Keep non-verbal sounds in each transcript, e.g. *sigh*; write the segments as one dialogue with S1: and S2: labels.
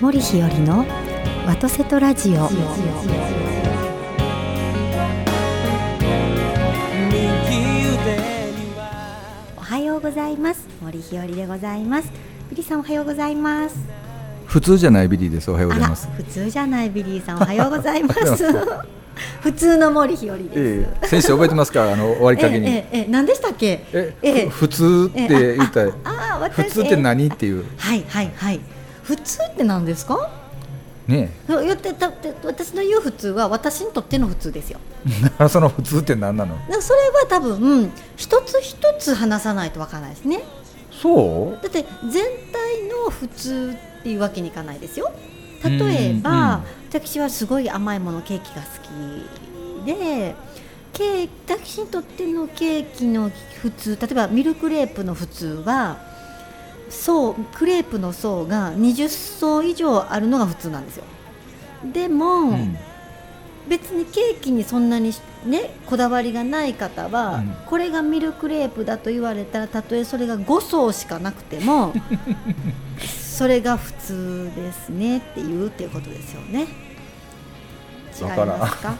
S1: 森日和のワトセトラジオおはようございます森日和でございますビリーさんおはようございます
S2: 普通じゃないビリーです。おはよう
S1: あ
S2: ござい
S1: ら
S2: ます。
S1: 普通じゃないビリーさんおはようございます
S2: *laughs*
S1: 普通の森日和です、
S2: ええ、先生覚えてますか？あの終わりかけに。
S1: ええ
S2: え
S1: え何でしたっけ
S2: ふ普通って言ったら、
S1: あああ私
S2: 普通って何っていう
S1: はいはいはい普通って何ですか
S2: ね
S1: そう言ってたって私の言う普通は私にとっての普通ですよ
S2: え、 *laughs* その普通って何なの？
S1: だからそれは多分、うん一つ一つ話さないとわからないですね
S2: そう？
S1: だって全体の普通っていうわけにいかないですよ例えば、
S2: うんうん
S1: 私はすごい甘いものケーキが好きでケーキ私にとってのケーキの普通例えばミルクレープの普通は層クレープの層が20層以上あるのが普通なんですよでも、
S2: うん
S1: 別にケーキにそんなにしねこだわりがない方は、
S2: うん
S1: これがミルクレープだと言われたらたとえそれが5層しかなくて
S2: *laughs*
S1: もそれが普通ですねって言うっていうことですよね。違い
S2: わからん
S1: ますか？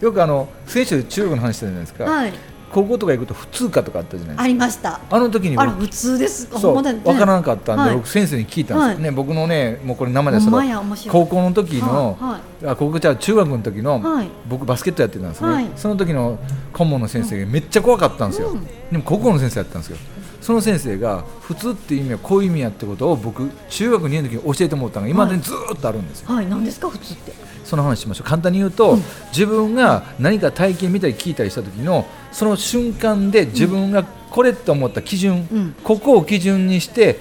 S2: よくあの先週中国の話してたじゃないですか。
S1: はい、
S2: 高校とか行くと普通科とかあったじゃないで
S1: あ
S2: す
S1: りました。
S2: か。あの時に
S1: あ
S2: 僕
S1: ら普通です。
S2: そう
S1: ほんま
S2: わ
S1: だ
S2: か
S1: ね
S2: らなかったんで、
S1: はい
S2: 僕先生に聞いたんですよ、
S1: はい
S2: ね僕のねもうこれ生
S1: ほ
S2: でそ
S1: んま
S2: の
S1: や面白い。
S2: 高校の時の、
S1: は
S2: あ高校じゃあ中学の時の、
S1: いはい。
S2: 僕バスケットやってたんですね、
S1: はい
S2: その時の顧問の先生がめっちゃ怖かったんですよ、
S1: うん
S2: でも高校の先生やったんですよその先生が普通っていう意味はこういう意味やってことを僕中学2年の時に教えてもらったのが今までにずーっとあるんですよ、
S1: はい、何ですか普通って。
S2: その話しましょう簡単に言うと、自分が何か体験見たり聞いたりした時のその瞬間で自分がこれと思った基準、
S1: うん
S2: ここを基準にして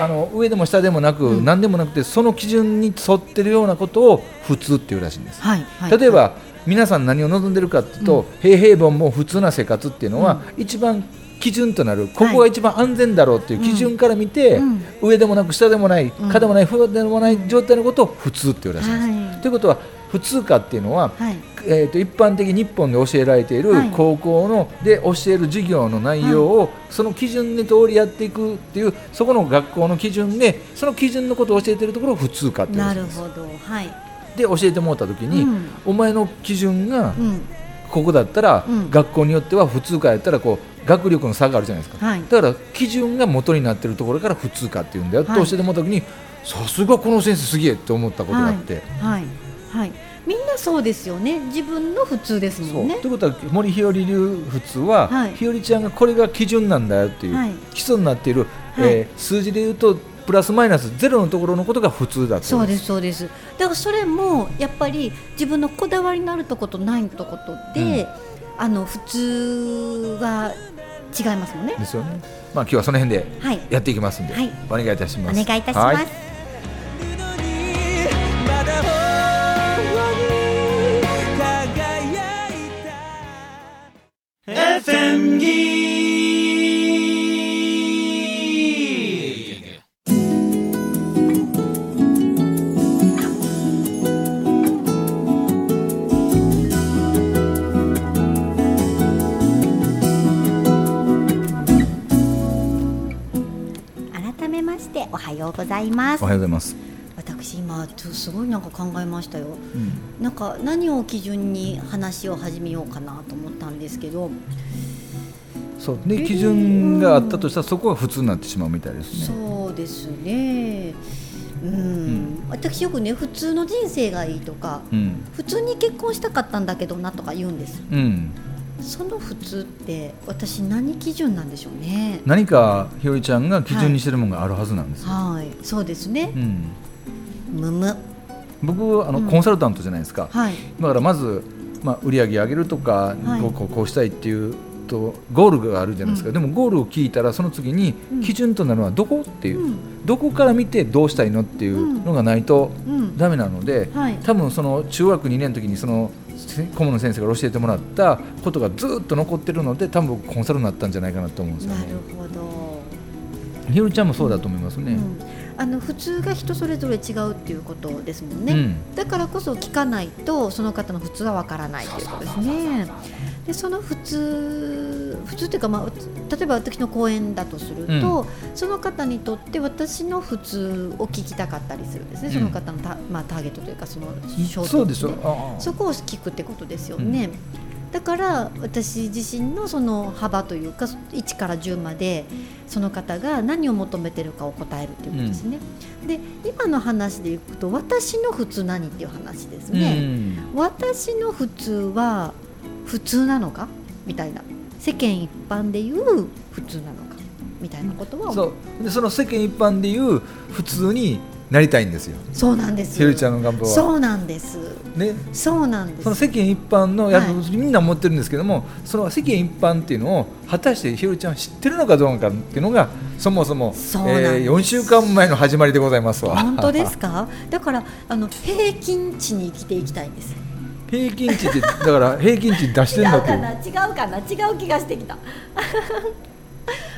S2: ああの上でも下でもなく、
S1: うん
S2: 何でもなくてその基準に沿ってるようなことを普通っていうらしいんです
S1: はい、はい。
S2: 例えば、皆さん何を望んでるかというと、平平凡も普通な生活っていうのは、一番基準となるここが一番安全だろうっていう基準から見て、
S1: うん
S2: 上でもなく下でもない
S1: ん
S2: 下でもない上でもない状態のことを普通っていうらしいんです。
S1: はい
S2: ということは普通科っていうのは、
S1: はい。
S2: えー、と一般的に日本で教えられている
S1: はい
S2: 高校の、で教える授業の内容を、その基準に通りやっていくっていうそこの学校の基準でその基準のことを教えているところを普通科っていうら
S1: な
S2: しいん
S1: る
S2: です。
S1: ほど。はい。
S2: で教えてもらった時に、
S1: うん
S2: お前の基準が
S1: うん。
S2: ここだったら、
S1: うん
S2: 学校によっては普通科やったらこう学力の差があるじゃないですか、
S1: はい
S2: だから基準が元になってるところから普通科っていうんだよって
S1: はい
S2: 教えてもらった時にさすがこの先生すげえって思ったことがあって。
S1: はい、はいはい、みんなそうですよね自分の普通です
S2: そ
S1: も
S2: うん
S1: ね
S2: ということは森日和流普通は、
S1: はい
S2: 日和ちゃんがこれが基準なんだよっていう、
S1: はい
S2: 基礎になっている、
S1: はい
S2: えー数字で言うとプラスマイナスゼロのところのことが普通だって
S1: そうですそうですだからそれもやっぱり自分のこだわりのあるとことないとことで、あの普通は違いますもんね
S2: ですよね、まあ、今日はその辺で
S1: はい
S2: やっていきますんで、
S1: はい
S2: お願いいたし
S1: お
S2: ま
S1: 願い
S2: す
S1: いたしま
S2: は
S1: す
S3: FM ギーク
S1: 改めましておはようございます
S2: おはようございます、
S1: 私今ちょっとすごいなんか考えましたよ
S2: うん
S1: なんか何を基準に話を始めようかなと思ったんですけど
S2: そうで基準があったとしたらそこが普通になってしまうみたいですね。
S1: そうですね。うん、私よくね普通の人生がいいとか、
S2: うん、
S1: 普通に結婚したかったんだけどなとか言うんです。
S2: うん、
S1: その普通って私何基準なんでしょうね。
S2: 何かひよりちゃんが基準にしてるものがあるはずなんですよ。
S1: はい、そうですね
S2: う。ん、
S1: むむ、
S2: 僕あの、
S1: うん
S2: コンサルタントじゃないですか。
S1: はい、
S2: だからまずまあ売り上げ上げるとか、
S1: はい
S2: こうこうこうしたいっていうとゴールがあるじゃないですか。
S1: うん
S2: でもゴールを聞いたらその次に
S1: うん
S2: 基準となるのはどこっていう、
S1: うん
S2: どこから見てどうしたいのっていうのがないと
S1: うん、
S2: ダメなので。
S1: はい、
S2: 多分その中学2年の時にそのせ顧問の先生から教えてもらったことがずっと残ってるので多分僕コンサルになったんじゃないかなと思うんですよ
S1: な
S2: ね
S1: るほど。
S2: ひろりちゃんもそうだと思います
S1: う
S2: ね、
S1: ん、あの普通が人それぞれ違うっていうことですもんね。
S2: うん
S1: だからこそ聞かないとその方の普通はわからないということですね。でその普通普普通っていうか、まあ、例えば私の講演だとすると、その方にとって私の普通を聞きたかったりするんですね、
S2: うん
S1: その方のタ,、まあ、ターゲットというかその衝突
S2: そうでしょ
S1: ね
S2: ああ
S1: そこを聞くってことですよね。だから私自身のその幅というか1から10までその方が何を求めてるかを答えるっていうことですね。で今の話でいくと私の普通何っていう話ですね。私の普通は普通なのかみたいな世間一般でいう普通なのかみたいなこと
S2: う
S1: は
S2: ん、
S1: そ
S2: そううでその世間一般でいう普通になりたいんですよ
S1: なんです
S2: ひるちゃ
S1: よ。
S2: んの願望は
S1: そうなんです。
S2: ね、
S1: そうなんです
S2: その。世間一般のやつ、
S1: はい
S2: みんな持ってるんですけどもその世間一般っていうのを果たしてひるちゃんは知ってるのかどうかっていうのがそもそも
S1: そうなんです
S2: 4週間前の始まりでございますわ
S1: 本当です
S2: か *laughs*
S1: かだからあの平均値に生きていきたいんです
S2: 平均値ってだから平均値出して
S1: 違
S2: ん
S1: う
S2: だ
S1: *laughs* か
S2: っていう
S1: な違うかな違う気がしてきた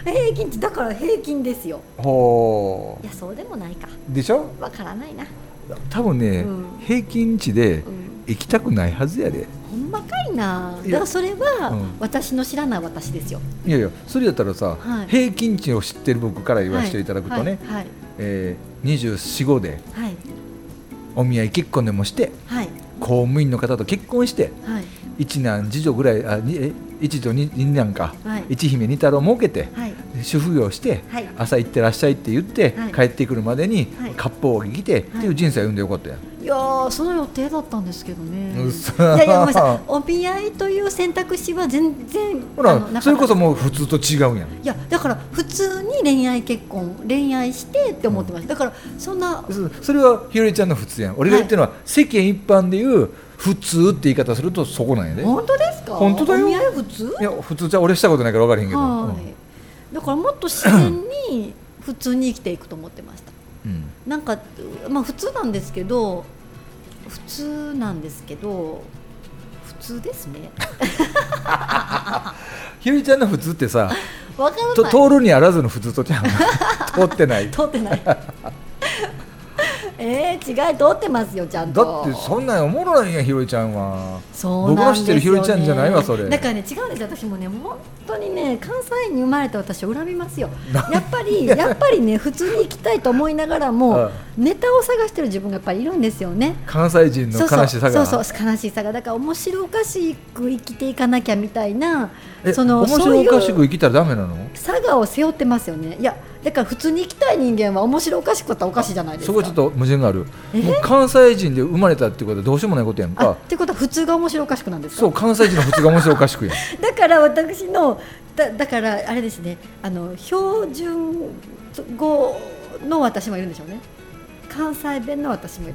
S1: 平均値だから平均ですよ
S2: ほ
S1: いやそうでもないか
S2: うでしょ
S1: わからないな、
S2: 多分ね、
S1: うん
S2: 平均値で
S1: うん、
S2: 行きたくないはずやで
S1: ほんまかいないだ
S2: や
S1: からそれは、
S2: うん
S1: 私の知らない私ですよ
S2: いやいやそれやったらさ、
S1: はい
S2: 平均値を知ってる僕から言わせていただくとね、
S1: はい
S2: えー、245で
S1: はい
S2: お見合い結婚でもして
S1: はい
S2: 公務員の方と結婚して
S1: はい
S2: 一男次女ぐらいあにえ一女二二男か、
S1: はい
S2: 一姫二太郎儲けて
S1: はい
S2: 主婦業して、
S1: はい
S2: 朝行ってらっしゃいって言って、
S1: はい
S2: 帰ってくるまでに
S1: はい
S2: 割烹を着てっていう人生を生んでよかったやん、
S1: いやーその予定だったんですけどね
S2: うっ
S1: い
S2: そ
S1: やいやごめんなさいお見合いという選択肢は全然
S2: ほ
S1: あのなかった
S2: らそれこそもう普通と違うやん
S1: いやだから普通に恋愛結婚恋愛してって思ってました、だからそんな
S2: そそれはひよりちゃんの普通やん俺が言ってるのは、世間一般でいう普通って言い方するとそこなんやで
S1: 本当ですか
S2: 本当だよ
S1: お見合い普通
S2: いや普通じゃ俺したことないから分からへんけど、
S1: はいだからもっと自然に普通に生きていくと思ってました
S2: うんうん
S1: なんかまあ普通なんですけど普通なんですけど普通です
S2: *laughs*
S1: ね
S2: ひよりちゃんの普通ってさ
S1: わから
S2: と
S1: ない
S2: 通るにあらずの普通とちゃう通ってない *laughs*
S1: 通ってないえー、違い通ってますよちゃん
S2: だ
S1: と
S2: ってそんなんおもろないやんひろりちゃんは
S1: そうなんですよ、ね、
S2: 僕の知ってるひよりちゃんじゃないわそれ
S1: だからね違うんですよ私もね本当にね関西に生まれた私を恨みますよやっぱりやっぱりね普通に行きたいと思いながらも
S2: あ
S1: ネタを探してる自分がやっぱりいるんですよね
S2: 関西人の
S1: そうそう
S2: 悲しさが
S1: そうそう悲しいさがだから面白おかしく生きていかなきゃみたいな
S2: え
S1: その
S2: 面白おかし
S1: そう
S2: く
S1: いう
S2: 生きたらダメなの
S1: 佐賀を背負ってますよねいやだから普通に生きたい人間は面白おかしくったらおかしいじゃないですか
S2: そこちょっと矛盾がある
S1: え
S2: もう関西人で生まれたってことはどうしようもないことやん
S1: あっ
S2: か
S1: てことは普通が面白おかしくなんですか
S2: そう関西人の普通が面白おかしくやん
S1: だから私のだだからあれですねあの標準語の私もいるんでしょうね関西弁の私もいる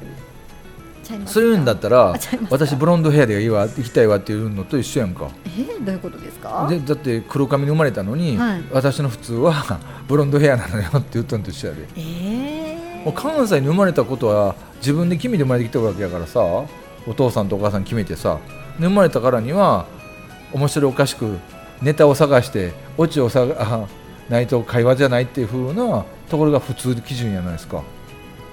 S1: ちゃいますか
S2: そういうんだったら
S1: あちゃいますか
S2: 私ブロンドヘアでいいわ行きたいわっていうのと一緒やんか
S1: えーどういうことですか
S2: でだって黒髪に生まれたのに、
S1: はい
S2: 私の普通は *laughs* ブロンドヘアなのよって言ったのと一緒やで
S1: えー
S2: もう関西に生まれたことは自分で決めて生まれてきたわけやからさお父さんとお母さん決めてさで生まれたからには面白おかしくネタを探してオチをさあないと会話じゃないっていう風なところが普通基準じゃないですか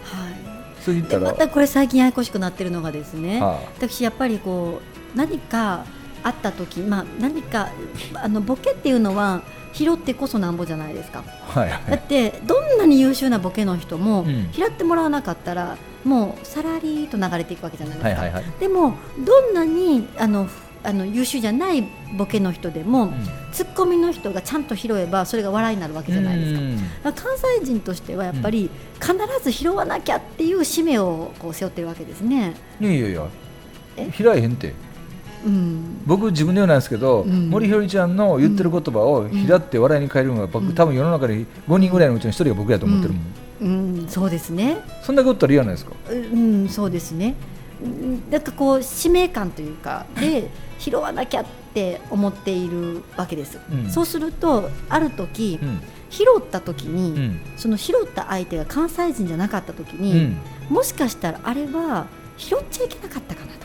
S1: は
S2: それ言っ
S1: い、で
S2: たら、
S1: またこれ最近ややこしくなってるのがですね、
S2: は
S1: 私やっぱりこう何かあった時、まあ、何かあのボケっていうのは拾ってこそなんぼじゃないですか
S2: あ、はいは
S1: だっ
S2: い
S1: てどんなに優秀なボケの人も
S2: うん
S1: 拾ってもらわなかったら、もうさらりと流れていくわけじゃないですか、
S2: はいはいはい、
S1: でもどんなにあのふあの優秀じゃないボケの人でも、
S2: うん
S1: ツッコミの人がちゃんと拾えばそれが笑いになるわけじゃないですか
S2: う。ん
S1: だから関西人としてはやっぱり必ず拾わなきゃっていう使命をこう背負ってるわけですね。
S2: いやいやいや
S1: え
S2: 開いへんて
S1: うん、
S2: 僕自分で言うのなんですけど、
S1: うん
S2: 森ひよりちゃんの言ってる言葉を拾って笑いに変えるのは、僕多分世の中に5人ぐらいのうちの1人が僕やと思ってるもん、
S1: うん、そうですね。
S2: そんだけおったら嫌なんですか
S1: うん、そうですね。うんなんかこう使命感というかで拾わなきゃって思っているわけです。
S2: うん
S1: そうするとある時
S2: うん
S1: 拾った時
S2: う
S1: に、
S2: ん
S1: その拾った相手が関西人じゃなかった時
S2: う
S1: に、
S2: ん
S1: もしかしたらあれは拾っちゃいけなかったかなと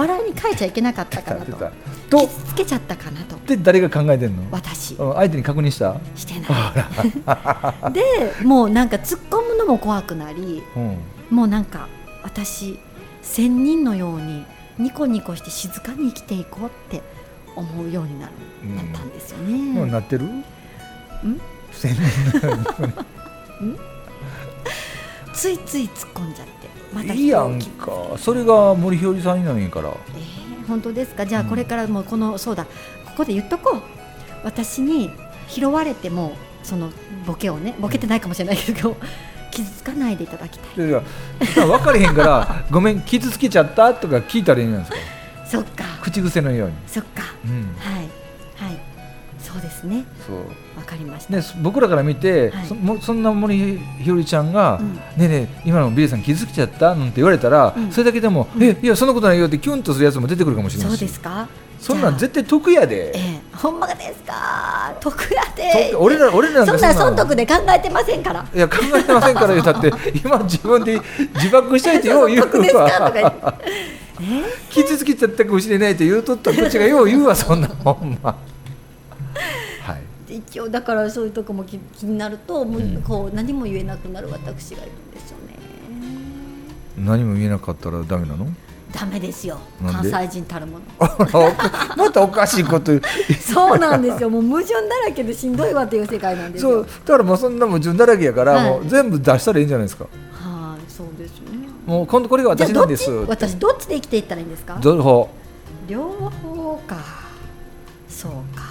S1: 笑いに変えちゃいけなかったかな
S2: 出
S1: と
S2: た *laughs* とっ
S1: 傷つけちゃったかなと
S2: て誰が考えてんの
S1: 私
S2: うん相手に確認した、
S1: してない *laughs* でもうなんか突っ込むのも怖くなり
S2: うん、
S1: もうなんか私仙人のようにニコニコして静かに生きていこうって思うようになる、
S2: うん
S1: なったんですよね。
S2: もうなってる
S1: うん
S2: せん
S1: ついつい突っ込んじゃってまた人を
S2: いいやんかそれが森ひよりさんになるんやから
S1: えー本当ですかじゃあ
S2: うん
S1: これからもうこの、そうだここで言っとこう私に拾われてもそのボケをねボケてないかもしれないけど、 *laughs* 傷つかないでいただきたい
S2: で分かれへんからごめん傷つけちゃったとか聞いたらいいんじゃないですか
S1: そっか
S2: 口癖のように
S1: そっか
S2: うん
S1: はいはいそうですね
S2: そう
S1: わかりました、
S2: ね、そ僕らから見て、
S1: はい
S2: そもそんな森ひよりちゃんが、
S1: うん
S2: ねえねえ今のビリーさん気づけちゃったなんて言われたら、
S1: うん
S2: それだけでも、
S1: うん
S2: えいやそんなことないよってキュンとするやつも出てくるかもしれ
S1: そ
S2: ないうし
S1: ですか
S2: そんなん
S1: じゃあ
S2: 絶対得や
S1: え
S2: で、
S1: えほんまですか得やで
S2: 得俺ら俺ら
S1: そんなん損得で考えてませんから
S2: いや考えてませんから
S1: *laughs*
S2: 言うたって今自分で自爆したいってよう言
S1: 得で
S2: う
S1: すかとか言っ
S2: わ *laughs*
S1: てえ
S2: 傷つきちゃったかもしれないって言うとったこっちがよう言うわそんなほんまはい
S1: 一応だからそういうとこも気気になるともう
S2: うん
S1: こう何も言えなくなる私がいるんですよね
S2: 何も言えなかったらダメなの *laughs*
S1: ダメですよ
S2: なん
S1: 関
S2: で
S1: 西人たるもの
S2: またおかしいこと言う
S1: そうなんですよもう矛盾だらけでしんどいわという世界なんです
S2: そ
S1: よ
S2: うだからもうそんな矛盾だらけやから、
S1: はい
S2: もう全部出したらいいんじゃないですか
S1: はいそうですね
S2: もう今度これが
S1: じゃあ
S2: 私
S1: ど
S2: なん
S1: っ
S2: で
S1: ち
S2: す
S1: 私どっちで生きていったらいいんですか
S2: どほ
S1: 両方かそうか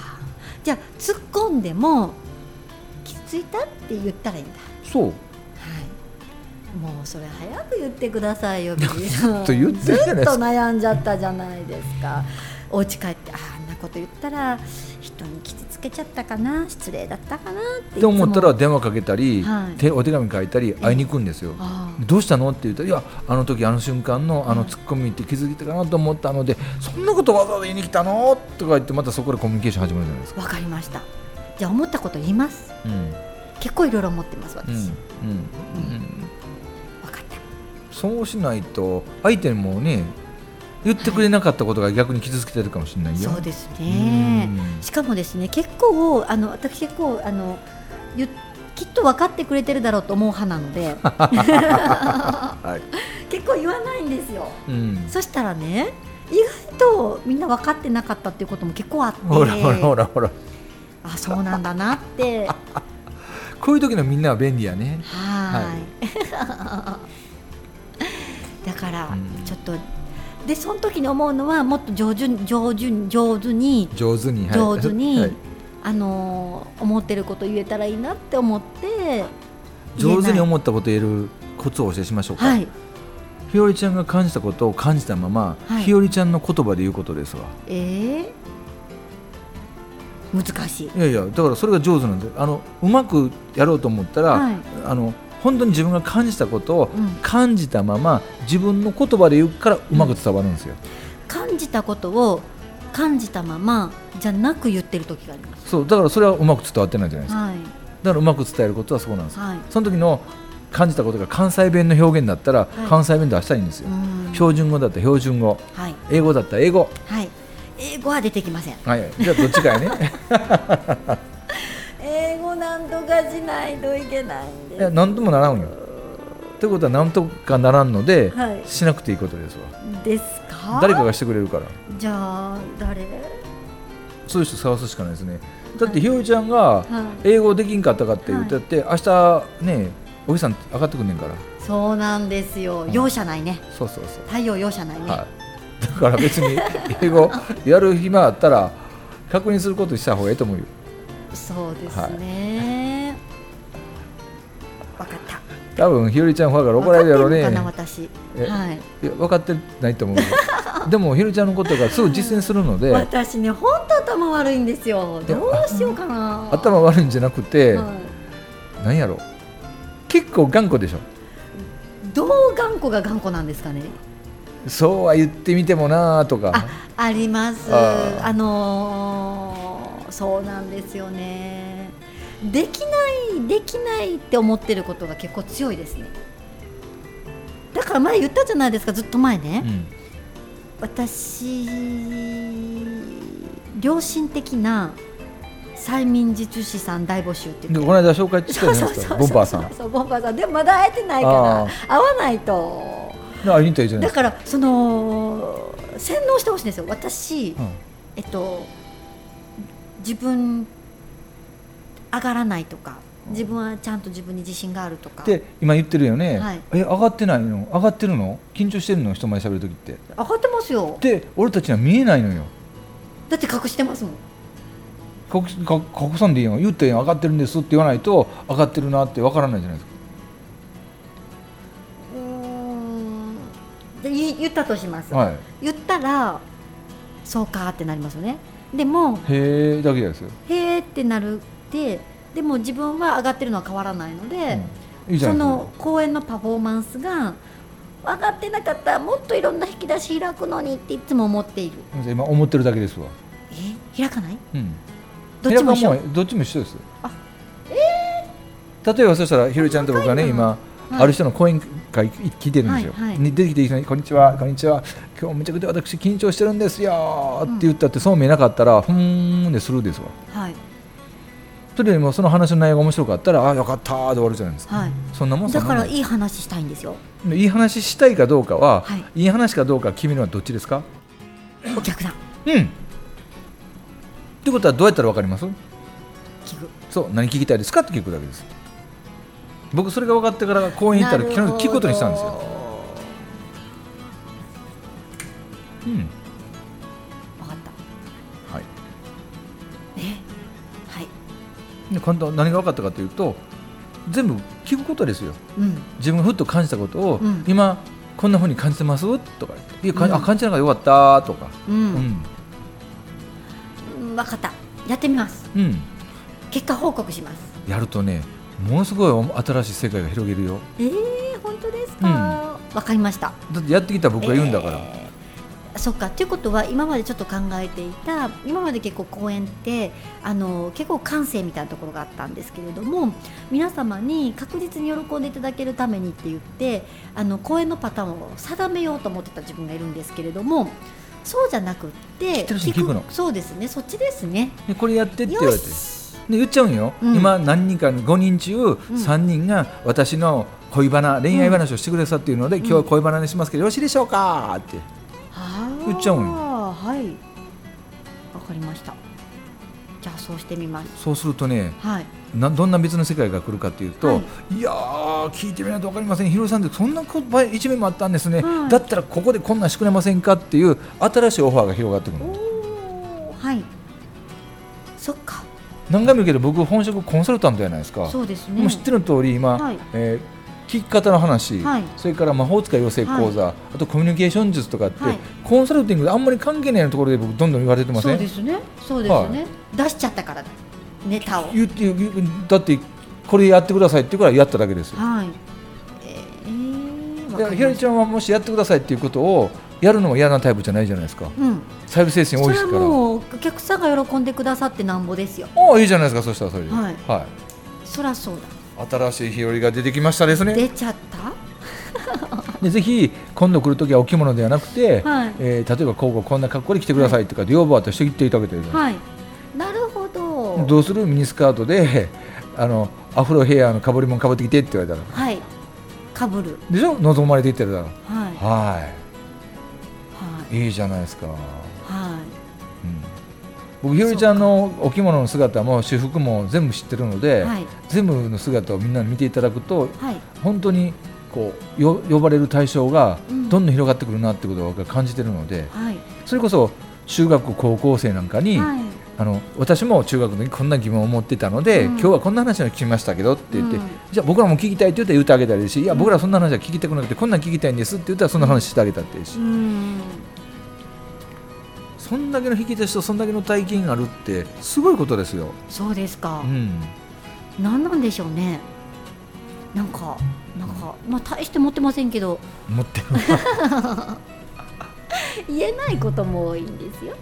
S1: じゃあ突っ込んでも気づいたって言ったらいいんだ
S2: そう
S1: はい、もうそれ早く言ってくださいよ、ビビさん
S2: ずっと言ってるじゃないですか
S1: ずっと悩んじゃったじゃないですか。お家帰ってああんなこと言ったら人に傷つけちゃったかな失礼だったかなってい
S2: っ
S1: つ
S2: て
S1: も
S2: 思ったら電話かけたり、
S1: はい
S2: 手お手紙書いたり会いに行くんですよ、
S1: あ
S2: どうしたのって言ったら「いやあの時あの瞬間のあのツッコミって気づいたかなと思ったのでそんなことわざわざ言いに来たの?」とか言ってまたそこでコミュニケーション始まるじゃないですか。
S1: わかりましたじゃあ思ったこと言います
S2: うん
S1: 結構いろいろ思ってます
S2: うん
S1: 私、
S2: うんうん
S1: 分かった
S2: そうしないと相手にもね言ってくれなかったことが逆に傷つけてるかもしれないよ。
S1: そうですねしかもですね結構あの私結構あのゆきっと分かってくれてるだろうと思う派なので
S2: うんはい
S1: 結構言わないんですよ
S2: うん
S1: そしたらね意外とみんな分かってなかったっていうことも結構あって
S2: ほらほらほらほら
S1: あそうなんだなっては
S2: こういう時のみんなは便利やね。
S1: ーい *laughs* だから
S2: うん
S1: ちょっと、でその時に思うのはもっと上手に上手に上手に、
S2: 上手に、はい
S1: 上手に、
S2: はい
S1: あのー思ってること言えたらいいなって思って
S2: 上手に
S1: 思
S2: 思ったことを言えるコツをお教えしましょうか。
S1: はい
S2: ひよりちゃんが感じたことを感じたまま、
S1: はい
S2: ひよりちゃんの言葉で言うことですわ
S1: えー、難しい
S2: いやいやだからそれが上手なんであのうまくやろうと思ったら、
S1: はい
S2: あの本当に自分が感じたことを
S1: うん
S2: 感じたまま自分の言葉で言うからうまく伝わるんですよ、
S1: 感じたことを感じたままじゃなく言ってる時があります。
S2: そうだからそれはうまく伝わってないじゃないですか
S1: はい
S2: だからうまく伝えることはそうなんですよ
S1: はい。
S2: その時の感じたことが関西弁の表現だったら
S1: はい
S2: 関西弁で出したらいいんですよ、
S1: うん
S2: 標準語だったら標準語
S1: はい
S2: 英語だったら英語
S1: はい。英語は出てきません。
S2: はいじゃあどっちかやね
S1: 英語なんとかしないといけないん
S2: いや。何ともならんよということは何とかならんので、
S1: はい
S2: しなくていいことですわ
S1: ですか。
S2: 誰かがしてくれるから
S1: じゃあ誰？
S2: そういう人探すしかないですねだってひよりちゃんが
S1: はい
S2: 英語できんかったかって言ってって、明日ねお日さん上がってくんねんから
S1: そうなんですよ。容赦ないね。
S2: そうそうそう、
S1: 太陽容赦ないね。
S2: はい、だから別に英語やる暇あったら確認することした方がいいと思うよ
S1: そうですね。わかった。
S2: 多分ひよりちゃんファンから怒られるやろね
S1: わかってんの
S2: え
S1: かな私。はい。
S2: いや分かってないと思うよ
S1: *laughs*
S2: でもひよりちゃんのことがすぐ実践するので、
S1: 私ね本当頭悪いんですよ。どうしようかな。
S2: 頭悪いんじゃなくて、
S1: はい
S2: なんやろ結構頑固でしょ
S1: どう頑固が頑固なんですかね。
S2: そうは言ってみてもなあと
S1: あ
S2: か、
S1: あります。
S2: あー
S1: あのーそうなんですよね。できないできないって思ってることが結構強いですね。だから前言ったじゃないですか。ずっと前ね。
S2: うん
S1: 私良心的な催眠術師さん大募集って
S2: で
S1: 言
S2: こ
S1: っ
S2: の
S1: て。
S2: 間紹介してたじゃないですかボンバーさん
S1: そうボンバーさん。でもまだ会えてない
S2: あー
S1: から会わないと。
S2: で会いに行ったらいいじ
S1: だ
S2: ゃないですか
S1: からその洗脳してほしいんですよ私、
S2: うん
S1: えっと自分上がらないとか自分はちゃんと自分に自信があるとか
S2: で今言ってるよね、
S1: はい
S2: え上がってないの上がってるの緊張してるの人前で喋る時って
S1: 上がってますよ
S2: で俺たちには見えないのよ
S1: だって隠してますもん
S2: 隠し隠隠さんでいいよ言ってんやん上がってるんですって言わないと上がってるなってわからないじゃないですか
S1: うーんで言言ったとします、
S2: はい
S1: 言ったらそうかってなりますよねでも
S2: へえだけじゃないですよ、
S1: へーってなるってでも自分は上がってるのは変わらないので、
S2: うん、いいじゃ
S1: そ
S2: ない
S1: の公演のパフォーマンスが上がってなかったらもっといろんな引き出し開くのにっていつも思っている
S2: ですか今思ってるだけですわ、
S1: え開かない
S2: うん、
S1: どっちも一緒
S2: 平川どっちも一緒です
S1: あ
S2: 例えばそしたらひろちゃんと僕がね
S1: 細かいな
S2: 今
S1: はい
S2: ある人の講演会聞いてるんですよ、
S1: はいはい
S2: に出てきていきなりこんにちはこんにちは今日めちゃくちゃ私緊張してるんですよ」って言ったって、そう見えなかったら「ふーん」でスルーですわ
S1: はい
S2: それよりもその話の内容が面白かったら「あよかった」で終わるじゃないですか、
S1: はい
S2: そんなもん
S1: だから
S2: そんない
S1: い話したいんですよ
S2: もんいい話したいかどうかは、、
S1: はい
S2: い話かどうか決めるのはどっちですか
S1: お客さん
S2: うんってことはどうやったら分かります
S1: 聞く
S2: そう何聞きたいですかって聞くだけです僕それが分かってから公園行ったら
S1: なる
S2: 昨
S1: ほど
S2: 日聞くことにしたんですよ、うん
S1: 分かった
S2: はい、
S1: えはい
S2: で簡単何が分かったかというと全部聞くことですよ
S1: うん
S2: 自分がふっと感じたことを、
S1: うん
S2: 今こんなふうに感じてますとか言っていやかん
S1: うん
S2: あ感じながらよかったとか
S1: う、
S2: うんん
S1: うん、分かったやってみます
S2: うん、
S1: 結果報告します
S2: やるとねものすごい新しい世界が広げるよ
S1: えー、本当ですか、わかりました
S2: だってやってきた僕が言うんだから、
S1: えーそっかということは今までちょっと考えていた今まで結構公演ってあの結構感性みたいなところがあったんですけれども皆様に確実に喜んでいただけるためにって言ってあの公演のパターンを定めようと思ってた自分がいるんですけれどもそうじゃなくって
S2: 知ってる人に聞くの
S1: そうですねそっちですね。
S2: でこれやってって言わ
S1: よ
S2: れて
S1: し
S2: で言っちゃうんよ、
S1: うん
S2: 今何人か5人中3人が私の恋バナ恋愛話をしてくれたっていうので、今日は恋バナにしますけどよろしいでしょうかって
S1: あー
S2: 言っちゃうんよ
S1: はいわかりましたじゃあそうしてみます
S2: そうするとね
S1: はい
S2: などんな別の世界が来るかっていうと、、
S1: はい
S2: やー聞いてみないと分かりませんヒロさんってそんなこと一面もあったんですね、
S1: はい
S2: だったらここでこんなんしてくれませんかっていう新しいオファーが広がってくるの
S1: おーはいそっか
S2: 何回も言うけど僕本職コンサルタントじゃないですか
S1: そうですね
S2: もう知ってる通り今、
S1: はい
S2: えー聞き方の話、
S1: はい
S2: それから魔法使い養成講座、あとコミュニケーション術とかって、
S1: はい
S2: コンサルティングであんまり関係ないようなところで僕どんどん言われてませ
S1: そ
S2: ん
S1: うですねそうですね、出しちゃったからネタを
S2: 言って言うだってこれやってくださいって言うからやっただけですよ
S1: はいえー、
S2: だ
S1: わ
S2: か
S1: からり
S2: ひら
S1: ま
S2: り
S1: し
S2: ちゃんはもしやってくださいっていうことをやるのも嫌なタイプじゃないじゃないですか
S1: たうん
S2: サービス精神
S1: そ
S2: 多い
S1: れ
S2: で
S1: は
S2: すから
S1: もうお客さんが喜んでくださってなんぼですよ
S2: ああいいじゃないですかそしたらそれで
S1: はい
S2: は
S1: そらそう
S2: い、新しい日和が出てきましたです
S1: だ
S2: ね
S1: 出ちゃった
S2: でぜひ今度来るときはお着物ではなくて、
S1: はい
S2: えー例えばこうこうこんな格好で来てくださいとかで要望あったらしてきていただけたらいいじゃないですか
S1: はいなるほど
S2: どうするミニスカートであのアフロヘアのかぶりもんかぶってきてって言われたら
S1: はいかぶる
S2: でしょ望まれていってるだろ
S1: はいは
S2: はいいいいじゃないですか、うん、
S1: はい
S2: 僕ひよりちゃんのお着物の姿も私服も全部知ってるので、
S1: はい
S2: 全部の姿をみんなに見ていただくと
S1: はい
S2: 本当にこうよ呼ばれる対象が
S1: う
S2: どん
S1: ん
S2: どん広がってくるなってことを僕は感じてるので、
S1: はい
S2: それこそ中学校高校生なんかに、
S1: はい
S2: あの私も中学の時こんな疑問を持ってたので、
S1: うん
S2: 今日はこんな話を聞きましたけどって言って、
S1: うん
S2: じゃあ僕らも聞きたいって言ったら言ってあげたらいいし、いや僕らそんな話は聞きたくなくてこんなん聞きたいんですって言ったらそんな話してあげたっていいし、
S1: うん
S2: そんだけの引き出しとそんだけの体験があるってすごいことですよ。
S1: そうですか、
S2: うん、
S1: なんなんでしょうねなんかなんかまあ大して持ってませんけど
S2: 持っ
S1: *laughs*
S2: てる
S1: 言えないことも多いんですよ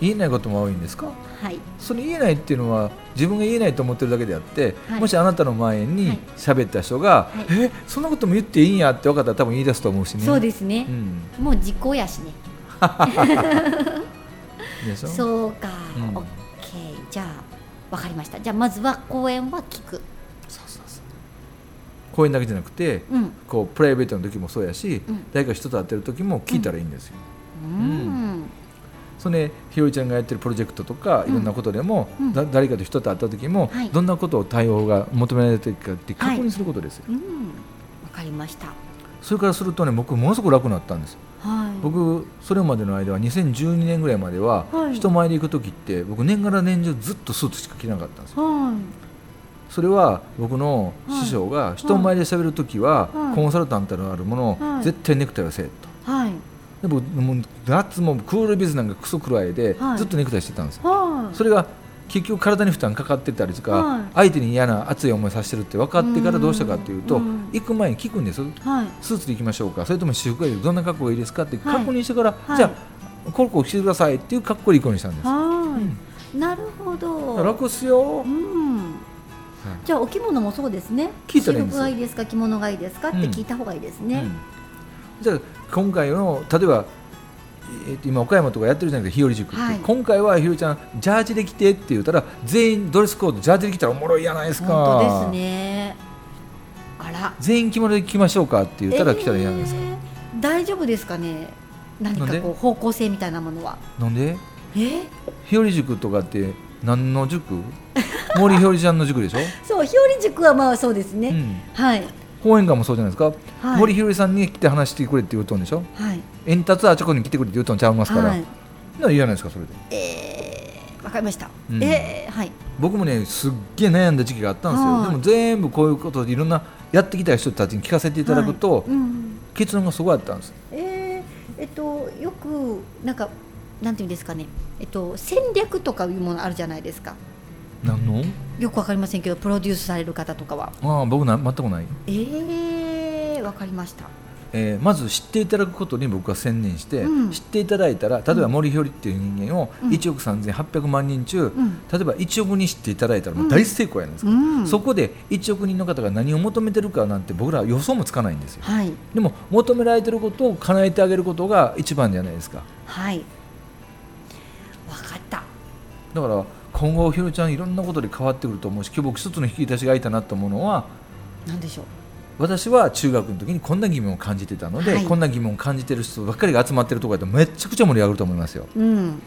S2: 言えないことも多いんですか
S1: はい
S2: それ言えないっていうのは自分が言えないと思ってるだけであって、
S1: はい
S2: もしあなたの前
S1: は
S2: に
S1: い
S2: 喋った人が、
S1: はい
S2: えそんなことも言っていいんやって分かったら多分言い出すと思うしね。
S1: そうですね
S2: う、ん、
S1: もう時効やしね
S2: でしょ
S1: そうか、
S2: うん
S1: オッケーじゃあわかりましたじゃあまずは公演は聞く
S2: そうそうそう公演だけじゃなくて、
S1: うんう
S2: こうプライベートの時もそうやし、
S1: うん
S2: 誰か人と会ってる時も聞いたらいいんですよ、
S1: ーん
S2: それひろりちゃんがやってるプロジェクトとかいろんなことでも、
S1: うん
S2: だ誰かと人と会った時も、
S1: はい
S2: どんなことを対応が求められているかって確認することですよ、
S1: うんわかりました
S2: それからするとね僕ものすごく楽になったんです
S1: はい
S2: 僕それまでの間は2012年ぐらいまでは、
S1: はい
S2: 人前で行く時って僕年がら年中ずっとスーツしか着なかったんですよ
S1: は
S2: それは僕の師匠が人前で喋る時は、
S1: はい
S2: コンサルタントのあるものを、
S1: はい
S2: 絶対ネクタイはせえと
S1: いはい
S2: で僕もう夏もクールビズなんかクソくらいで、
S1: はい
S2: ずっとネクタイしてたんですよ
S1: はい
S2: それが結局体に負担かかってたりとか、
S1: はい
S2: 相手に嫌な熱い思いさせてるって分かってからどうしたかっていうと、
S1: うん
S2: 行く前に聞くんですよ
S1: はい
S2: スーツで行きましょうかそれとも私服がいいどんな格好がいいですかって
S1: はい
S2: 確認してから、
S1: はい
S2: じゃあこれこう着てくださいっていう格好で行くようにしたんです、
S1: は
S2: う
S1: いなるほ
S2: ん、
S1: ど
S2: 楽っすよ、
S1: うんじゃあお着物もそうですね
S2: 聞いたらいいん
S1: 私
S2: です
S1: 服
S2: よ
S1: がいいですか着物がいいですかって
S2: うん
S1: 聞いた方がいいです
S2: う
S1: ね
S2: んじゃあ今回の例えば、えーと今岡山とかやってるじゃないですか日和塾って、
S1: はい
S2: 今回はひよりちゃんジャージで来てって言ったら全員ドレスコードジャージで来たらおもろいやないですか
S1: 本当ですねあら
S2: 全員着物で来ましょうかって言ったら来たらいいやないですか、
S1: えー大丈夫ですかね何
S2: なん
S1: か
S2: で
S1: こう方向性みたいなものは
S2: なんで
S1: え
S2: 日和塾とかって何の塾森ひよりちゃん
S1: *laughs*
S2: の塾でしょ、
S1: そう日和塾はまあそうですね、
S2: うん、
S1: はい
S2: 講演会もそうじゃないですか、
S1: はい
S2: 森ひよりさんに来て話してくれって言うとんでしょ
S1: はい
S2: 円達あちこに来てくれって言うとんちゃいますから、
S1: はい
S2: ならいいやないですかそれで
S1: えーわかりました、
S2: うん
S1: えーはい
S2: 僕もねすっげえ悩んだ時期があったんですよ、
S1: はい
S2: でも全部こういうことでいろんなやってきた人たちに聞かせていただくと、
S1: はいうん
S2: 結論がすごいあったんです
S1: えーえっとよくなんかなんていうんですかねえっと戦略とかいうものあるじゃないですか
S2: 何の
S1: よくわかりませんけどプロデュースされる方とかは
S2: ああ僕な全くない、
S1: えーわかりました
S2: えーまず知っていただくことに僕は専念して、
S1: うん
S2: 知っていただいたら例えば森ひよりっていう人間を
S1: うん
S2: 1億3800万人中、
S1: ん
S2: 例えば1億人知っていただいたらもう大成功やないですか、
S1: うん
S2: そこで1億人の方が何を求めてるかなんて僕らは予想もつかないんですよ
S1: はい
S2: でも求められてることを叶えてあげることが一番じゃないですか
S1: はいわかった
S2: だから今後ひろちゃんいろんなことで変わってくると思うし今日僕一つの引き出しが開いたなと思うのは
S1: なんでしょう
S2: 私は中学の時にこんな疑問を感じてたので、
S1: はい
S2: こんな疑問を感じてる人ばっかりが集まってるところだとめっちゃくちゃ盛り上がると思いますよ
S1: うん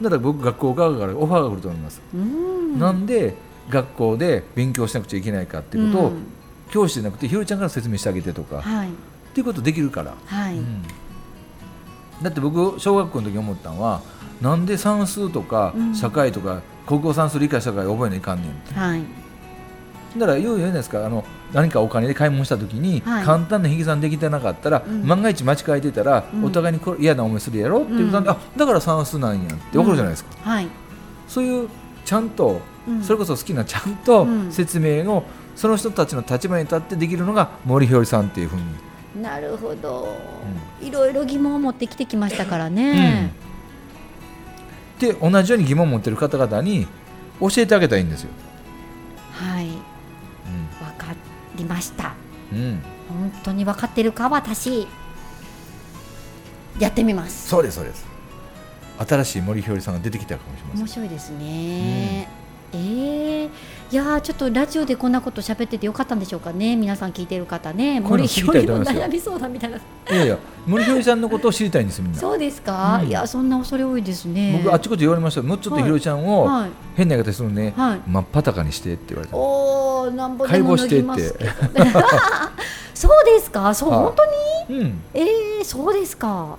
S2: だから僕学校側からオファーが来ると思います、
S1: うん
S2: なんで学校で勉強しなくちゃいけないかっていうことを、
S1: うん
S2: 教師じゃなくてひろちゃんから説明してあげてとか、
S1: はい
S2: っていうことできるから、
S1: はい、
S2: うんだって僕小学校の時思ったのはなんで算数とか
S1: うん
S2: 社会とか、高校算数理科社会覚えないかんねん
S1: はい
S2: だから言うじゃないですかあの何かお金で買い物した時に、
S1: はい
S2: 簡単な引き算できてなかったら、
S1: うん
S2: 万が一間違えてたら、
S1: うん
S2: お互いにこ嫌な思いするやろっていうことで、
S1: うん
S2: あだから算数なんやってわかるじゃないですか、
S1: はい、
S2: そういうちゃんと、
S1: うん
S2: それこそ好きなちゃんと
S1: うん
S2: 説明の、その人たちの立場に立ってできるのが森ひよりさんっていうふうに、
S1: なるほど、いろいろ疑問を持ってきてきましたからね、
S2: うんで同じように疑問を持ってる方々に教えてあげたらいいんですよ、
S1: はいわかりました
S2: うんうん
S1: 本当に分かってるか私やってみます
S2: そうですそうです新しい森ひよりさんが出てきたかもしれません
S1: 面白いですね、えーいやーちょっとラジオでこんなこと喋っててよかったんでしょうかね皆さん聞いてる方ね
S2: こう
S1: 森
S2: いうの聞き
S1: ひよ
S2: たい
S1: り
S2: と思
S1: の
S2: いますよ
S1: 悩み相談みたいない
S2: やいや森ひよりさんのことを知りたいんですみんな
S1: そうですか、
S2: うん
S1: いやそんな恐れ多いですね
S2: 僕あっちこっち言われましたもうちょっとひろりちゃんを
S1: はい
S2: 変な言い方するのね、
S1: はい
S2: 真っ裸にしてって言われた
S1: おおなんぼで
S2: 解
S1: も
S2: 剖
S1: 脱
S2: して
S1: ぎ
S2: っ
S1: ますけ
S2: て
S1: ど *laughs* そうですかそう
S2: はい
S1: 本当に
S2: うん
S1: えー、そうですか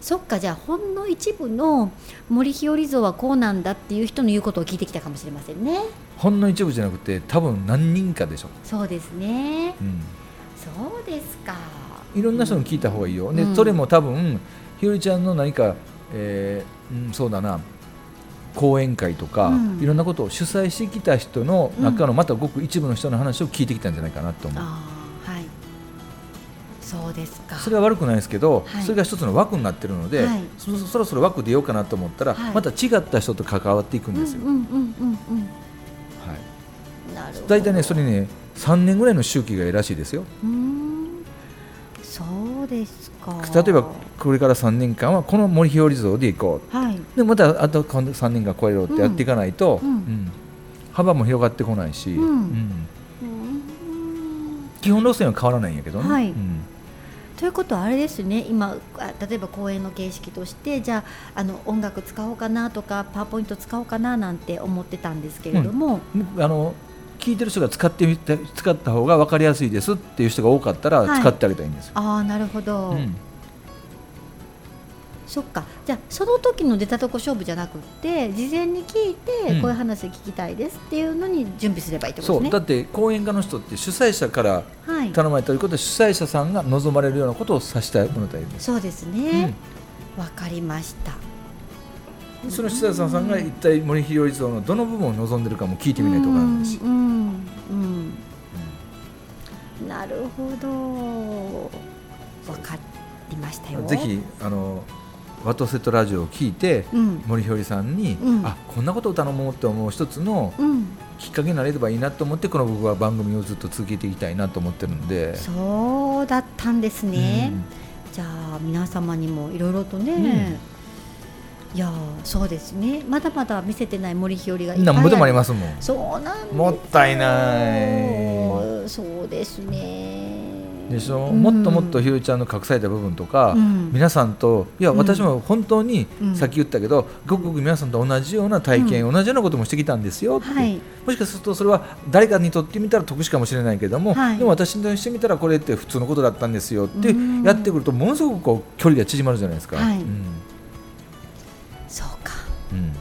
S1: そっかじゃあほんの一部の森ひより像はこうなんだっていう人の言うことを聞いてきたかもしれませんね
S2: ほんの一部じゃなくて多分何人かでしょ、
S1: そうですね
S2: うん、
S1: そうですか
S2: いろんな人に聞いた方がいいよ、で
S1: うん
S2: それも多分ひよりちゃんの何か、えーうん、そうだな講演会とか、
S1: うん
S2: いろんなことを主催してきた人の中のまたごく一部の人の話を聞いてきたんじゃないかなと思う、
S1: ああはいそうですか
S2: それは悪くないですけど、
S1: はい
S2: それが一つの枠になってるので、
S1: はい
S2: そそろそろ枠出ようかなと思ったら、
S1: はい
S2: また違った人と関わっていくんですよ、
S1: うんうんうんうんう
S2: はい、
S1: んなるほど
S2: 大体ねそれね3年ぐらいの周期がいいらしいですよ
S1: うーんそうですか
S2: 例えばこれから3年間はこの森ひより像で行こ
S1: はい、
S2: うでまたあと今度3年間超えろってやっていかないと、
S1: うんうん
S2: 幅も広がってこないし、
S1: うん
S2: ん
S1: うーん
S2: 基本路線は変わらないんやけどね、
S1: はい
S2: うん
S1: ということはあれですね今あ例えば公演の形式としてじゃああの音楽使おうかなとかパワーポイント使おうかななんて思ってたんですけれども、
S2: あの聞いてる人が使ってみて使った方が分かりやすいですっていう人が多かったら
S1: はい
S2: 使ってあげたらいいんですよ。
S1: ああなるほど、
S2: うん
S1: そっかじゃあその時の出たとこ勝負じゃなくって事前に聞いて、
S2: うん
S1: こういう話聞きたいですっていうのに準備すればいいってこ
S2: そ
S1: と
S2: う
S1: です
S2: だ
S1: ね。
S2: って講演家の人って主催者から
S1: はい、
S2: 頼まれたということは主催者さんが望まれるようなことをさせたいものだよね。
S1: そうです
S2: う
S1: ね
S2: ん
S1: わ、かりました
S2: その主催者さんが一体森博一像のどの部分を望んでるかも聞いてみないと分からないし、
S1: うんうんうんなるほどわかりましたよ
S2: ぜひあのワトセットラジオを聞いて、
S1: うん
S2: 森ひよりさんに、
S1: うん
S2: あこんなことを頼もうって思う一つの
S1: うん
S2: きっかけになれればいいなと思ってこの僕は番組をずっと続けていきたいなと思ってるので
S1: そうだったんですね、じゃあ皆様にもいろいろとね、いやーそうですねまだまだ見せてない森日和がい
S2: うん、
S1: っ
S2: な
S1: ぱ
S2: んぼで
S1: い
S2: もあ
S1: あ
S2: り
S1: る
S2: ますもん
S1: そうなんですよ
S2: もったいない
S1: そうですね
S2: でしょ、
S1: うん
S2: もっともっとひよりちゃんの隠された部分とか、
S1: うん
S2: 皆さんといや
S1: うん
S2: 私も本当に、
S1: うん
S2: さっき言ったけどごくごく皆さんと同じような体験、同じようなこともしてきたんですよって、
S1: はい
S2: もしかするとそれは誰かにとってみたら得しかもしれないけども、
S1: はい
S2: でも私にしてみたらこれって普通のことだったんですよって
S1: うん
S2: やってくるとものすごくこう距離が縮まるじゃないですか。
S1: はい
S2: うん
S1: そうか
S2: うん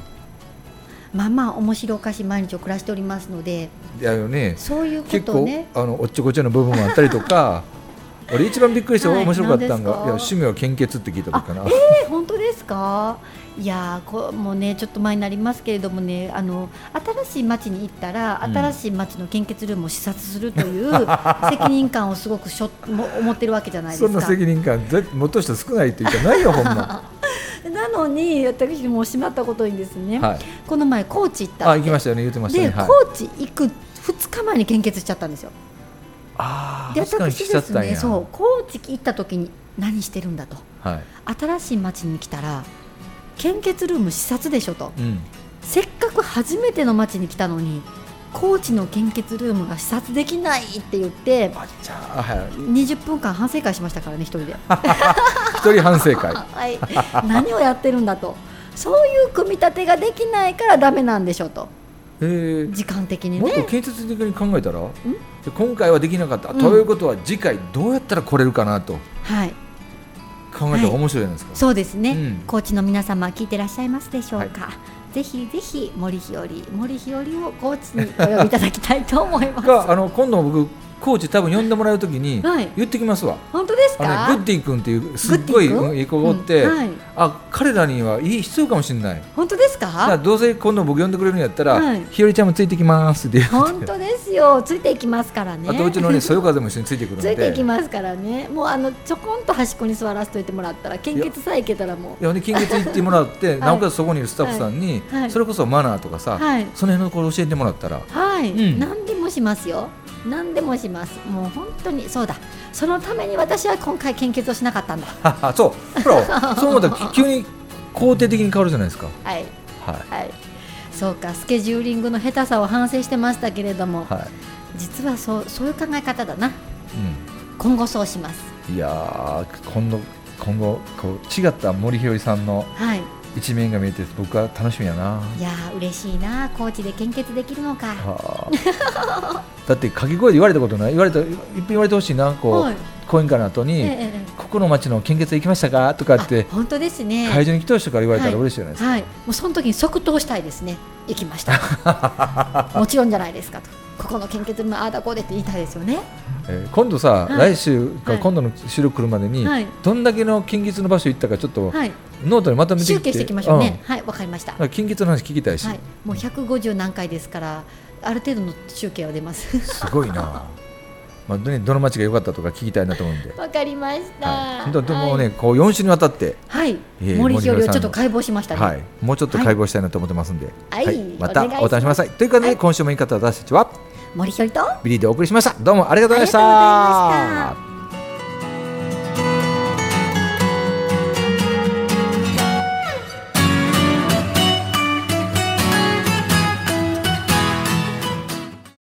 S1: まあまあ面白おかしい毎日を暮らしておりますので
S2: だよね
S1: そういうこ
S2: 結
S1: とを
S2: 構
S1: ね
S2: あのおっちょこちょの部分もあったり
S1: *laughs*
S2: とか俺一番びっくりして
S1: はい
S2: 面白かったのが、い、や
S1: 何です
S2: 趣味は献血って聞いた時かな。
S1: え本当ですかいやーこもうねちょっと前になりますけれどもねあの新しい町に行ったら
S2: うん
S1: 新しい町の献血ルームを視察するという
S2: *laughs*
S1: 責任感をすごくしょも思ってるわけじゃないです
S2: *laughs* そ
S1: か
S2: んな責任感ぜもっとした少ないっていうかないよほ
S1: *laughs*
S2: んま
S1: なのに私もうしまったことにですね、
S2: はい
S1: この前高知行った
S2: あ行きましたよね言ってましたね
S1: で、
S2: はい
S1: 高知行く2日前に献血しちゃったんですよ
S2: あ
S1: で
S2: ー確かに
S1: 私
S2: 来ちゃ
S1: で
S2: っ
S1: す
S2: たん
S1: ね
S2: や
S1: そう高知行った時に何してるんだと
S2: は
S1: 新しい町に来たら献血ルーム視察でしょと
S2: いうん
S1: せっかく初めての町に来たのに高知の献血ルームが視察できないって言って
S2: あじゃあはい
S1: 20分間反省会しましたからね一人で、
S2: 一人反省会
S1: はい、何をやってるんだとそういう組み立てができないからダメなんで *laughs* しょうと
S2: えー
S1: 時間的に
S2: もっと
S1: ね
S2: 建設的に考えたらで今回はできなかった、ということは次回どうやったら来れるかなと
S1: はい
S2: 考えたら面白いじゃないですか、
S1: そうですね、
S2: うん
S1: 高知の皆様聞いてらっしゃいますでしょうか、ぜひぜひ森日和森日和を高知にお呼びいただきたいと思います
S2: があの今度僕コーチ多分呼んでもらうときに
S1: はい
S2: 言ってきますわ、
S1: 本当です
S2: あ
S1: か
S2: のねグッディ君っていうすっごい
S1: グッディ君
S2: うんいい子がおって、
S1: うんはい
S2: あ彼らにはいい必要かもしれない
S1: 本当です
S2: だから
S1: か
S2: どうせ今度僕呼んでくれるんやったら、
S1: はい
S2: ひよりちゃんもついてきますって言って
S1: 本当ですよついていきますからね
S2: あとうちのねそよ風も一緒についてくるんで
S1: ついていきますからねもうあのちょこんと端っこに座らせといてもらったら献血さえいけたらもう
S2: いやほんで金月行ってもらって、
S1: い
S2: なおかつそこにいるスタッフさんに、
S1: はいはい
S2: それこそマナーとかさ、
S1: はい
S2: その辺のこれ教えてもらったら
S1: はい、
S2: うん
S1: 何でもしますよ何でもしますもう本当にそうだそのために私は今回献血をしなかったんだ
S2: ははそ
S1: *laughs*
S2: うほらそう思ったらき急に肯定的に変わるじゃないですか
S1: はい
S2: はい
S1: はいそうかスケジューリングの下手さを反省してましたけれども、
S2: はい、
S1: 実はそうそういう考え方だな今後そうします
S2: うん、いやー今度今後こう違った森ひよりさんの
S1: はい
S2: 一面が見えて僕は楽しみやない
S1: やー嬉しいな高知で献血できるのか
S2: はあ
S1: *laughs*
S2: だって掛け声で言われたことない言われた一品言われてほしいなこう、
S1: はい
S2: 講演会の後に、
S1: ええええ
S2: ここの町の献血行きましたかとかって
S1: あ本当ですね
S2: 会場に来た人から言われたら嬉しいじゃないですか、
S1: はい、もうその時に即答したいですね、行きました、
S2: *laughs*
S1: もちろんじゃないですかと、ここの献血のああだこうでって言いたいですよね、
S2: えー今度さ、
S1: はい
S2: 来週か、
S1: はい
S2: 今度の収録来るまでに、
S1: はい
S2: どんだけの献血の場所行ったかちょっと、
S1: はい、
S2: ノートにまとめて
S1: 集計していきましょうね、
S2: ん
S1: はい、わかりました、
S2: だか
S1: は
S2: ら献血の話聞きたいし、
S1: い、もう150何回ですから、ある程度の集計は出ます。
S2: *laughs* すごいな、まあね、どの町が良かったとか聞きたいなと思うんで、
S1: わかりました。
S2: はい、でもね、こう4週にわたって、
S1: はい、
S2: えいえ
S1: 森日和をち
S2: 森日和さんの
S1: ょっと解剖しましたね。
S2: はい、もうちょっと解剖したいなと思ってますんで、
S1: はい
S2: また
S1: お願いします
S2: お楽しみください。ということで、今週もいい方私たちは
S1: 森日和と
S2: ビリーでお送りしましたどうもありがとうございました
S1: ありがとうございました